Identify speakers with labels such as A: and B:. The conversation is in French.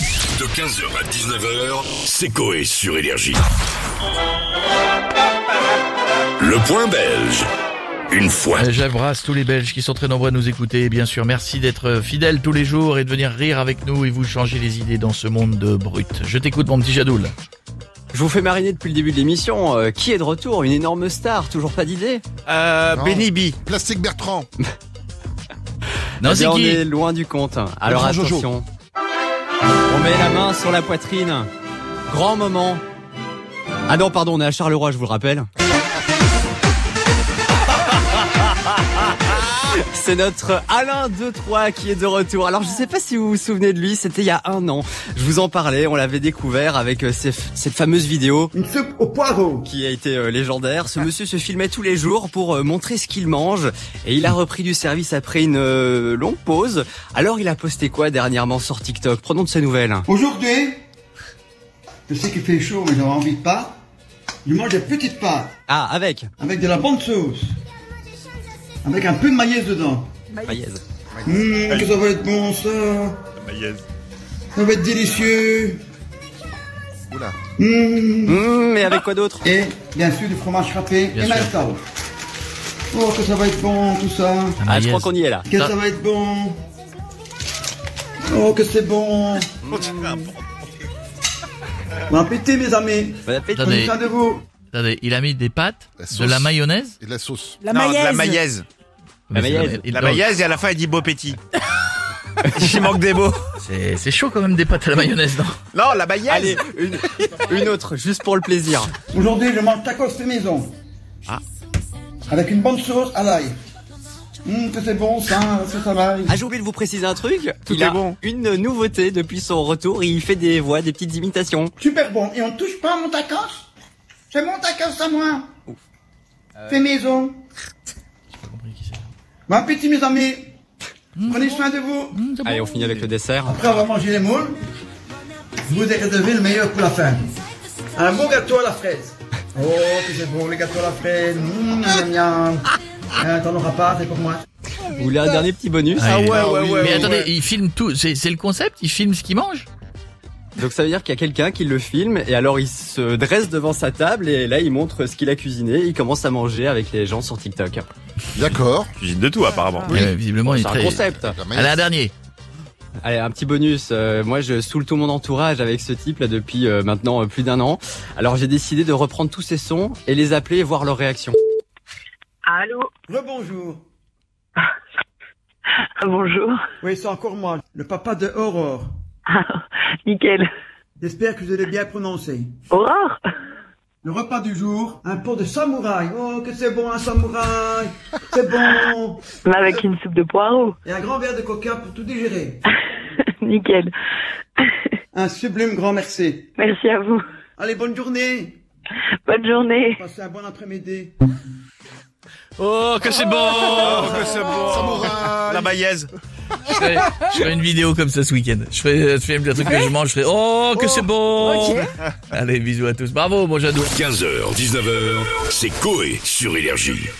A: De 15h à 19h, c'est Coé sur Énergie. Le point belge. Une fois.
B: Euh, J'embrasse tous les Belges qui sont très nombreux à nous écouter. Et bien sûr, merci d'être euh, fidèles tous les jours et de venir rire avec nous et vous changer les idées dans ce monde de brut. Je t'écoute, mon petit Jadoul.
C: Eh Je vous fais mariner depuis le début de l'émission. Euh, qui est de retour Une énorme star, toujours pas d'idée
D: Euh, Benny B.
E: Plastique Bertrand.
B: Non, c'est
C: Eh bien, On
B: qui
C: est loin du compte. Alors
E: Grand Jojo.
C: attention. On met la main sur la poitrine. Grand moment. Ah non, pardon, on est à Charleroi, je vous le rappelle. C'est notre Alain 2-3 qui est de retour. Alors je sais pas si vous vous souvenez de lui, c'était il y a un an. Je vous en parlais, on l'avait découvert avec euh, ces- cette fameuse vidéo
F: Une soupe au poireau.
C: qui a été euh, légendaire.
D: Ah.
C: Ce monsieur se filmait tous les jours pour euh, montrer ce qu'il mange et il a repris du service après une euh, longue pause. Alors il a posté quoi dernièrement sur TikTok Prenons de ses nouvelles.
F: Aujourd'hui, je sais qu'il fait chaud, mais j'avais envie de pâtes. Je mange des petites pâtes
C: Ah, avec
F: avec de la bonne sauce. Avec un peu de maïs dedans.
C: Maïs.
F: Hum, que ça va être bon ça. Ça va être délicieux.
E: Oula.
F: Hum.
C: Mmh, et avec quoi d'autre
F: Et bien sûr du fromage râpé
B: Bien
F: et la
B: sûr.
F: sauce. Oh, que ça va être bon tout ça.
C: Ah, je crois qu'on y est là.
F: Que ça va être bon. Oh, que c'est bon. Bon appétit mes amis.
C: Bon appétit.
B: Attendez,
F: Prenez soin de vous.
B: attendez, il a mis des pâtes,
E: La
B: de
E: sauce.
B: la mayonnaise.
E: Et de la sauce.
G: La
D: non, de
G: maillesse.
D: la maillaise.
C: La
B: Mais c'est-
C: mayonnaise.
B: il-
D: La
B: donc,
D: maillaise et à la fin il dit beau petit. Il manque des mots.
B: C'est c'est chaud quand même des pâtes à la mayonnaise, non
D: Non, la maillaise.
C: Allez, une, une autre, juste pour le plaisir.
F: Aujourd'hui, je mange tacos fait maison. Avec une bonne sauce à l'ail. Hum, que c'est bon, ça, la sauce à l'ail.
C: Ah, j'ai oublié de vous préciser un truc.
D: Tout
C: il
D: est
C: a
D: bon.
C: une nouveauté depuis son retour. Il fait des voix, des petites imitations.
F: Super bon. Et on touche pas à mon tacos C'est mon tacos à moi. Fait maison. Bon appétit, mes amis. Prenez soin de vous.
C: Allez, on finit avec le dessert.
D: Ah
F: Après avoir mangé les moules, vous avez réservé le meilleur pour la fin. Un bon gâteau à la fraise. Oh, que c'est bon, les gâteaux à la fraise. Hum, miam, miam. Euh, T'en auras pas, c'est pour moi.
C: Vous voulez un dernier petit bonus
B: Allez.
D: Ah ouais, ouais,
B: Mais attendez, il filme tout. C'est c'est le concept Il filme ce qu'il mange
C: Donc ça veut dire qu'il y a quelqu'un qui le filme et alors il se dresse devant sa table et là il montre ce qu'il a cuisiné, il commence à manger avec les gens sur TikTok.
E: D'accord.
D: Cuisine de tout apparemment.
B: Euh, Visiblement, il est
C: C'est un
B: très.
C: concept.
E: La
B: Allez,
E: mayonnaise.
B: un dernier.
C: Allez, un petit bonus. Euh, moi, je saoule tout mon entourage avec ce type là depuis euh, maintenant euh, plus d'un an. Alors j'ai décidé de reprendre tous ces sons et les appeler et voir leur réaction.
H: Allô,
F: Rebonjour.
H: bonjour,
F: Oui, c'est encore moi, le papa de Aurore.
H: nickel.
F: J'espère que je l'ai bien prononcé.
H: Aurore
F: Le repas du jour, un pot de samouraï. Oh, que c'est bon un samouraï C'est bon
H: Mais avec une soupe de poireaux,
F: Et un grand verre de coca pour tout digérer.
H: nickel.
F: Un sublime grand merci.
H: Merci à vous.
F: Allez, bonne journée
H: Bonne journée.
F: Passez un bon après-midi.
B: Oh, que c'est bon
D: Oh, que c'est bon. La maillaise.
B: je, ferai, je ferai une vidéo comme ça ce week-end. Je ferai, je ferai le truc que je mange. Je ferai Oh, que c'est bon
G: ok.
B: Allez, bisous à tous. Bravo, mon Jadou.
A: 15h, 19h, c'est Coé sur Énergie.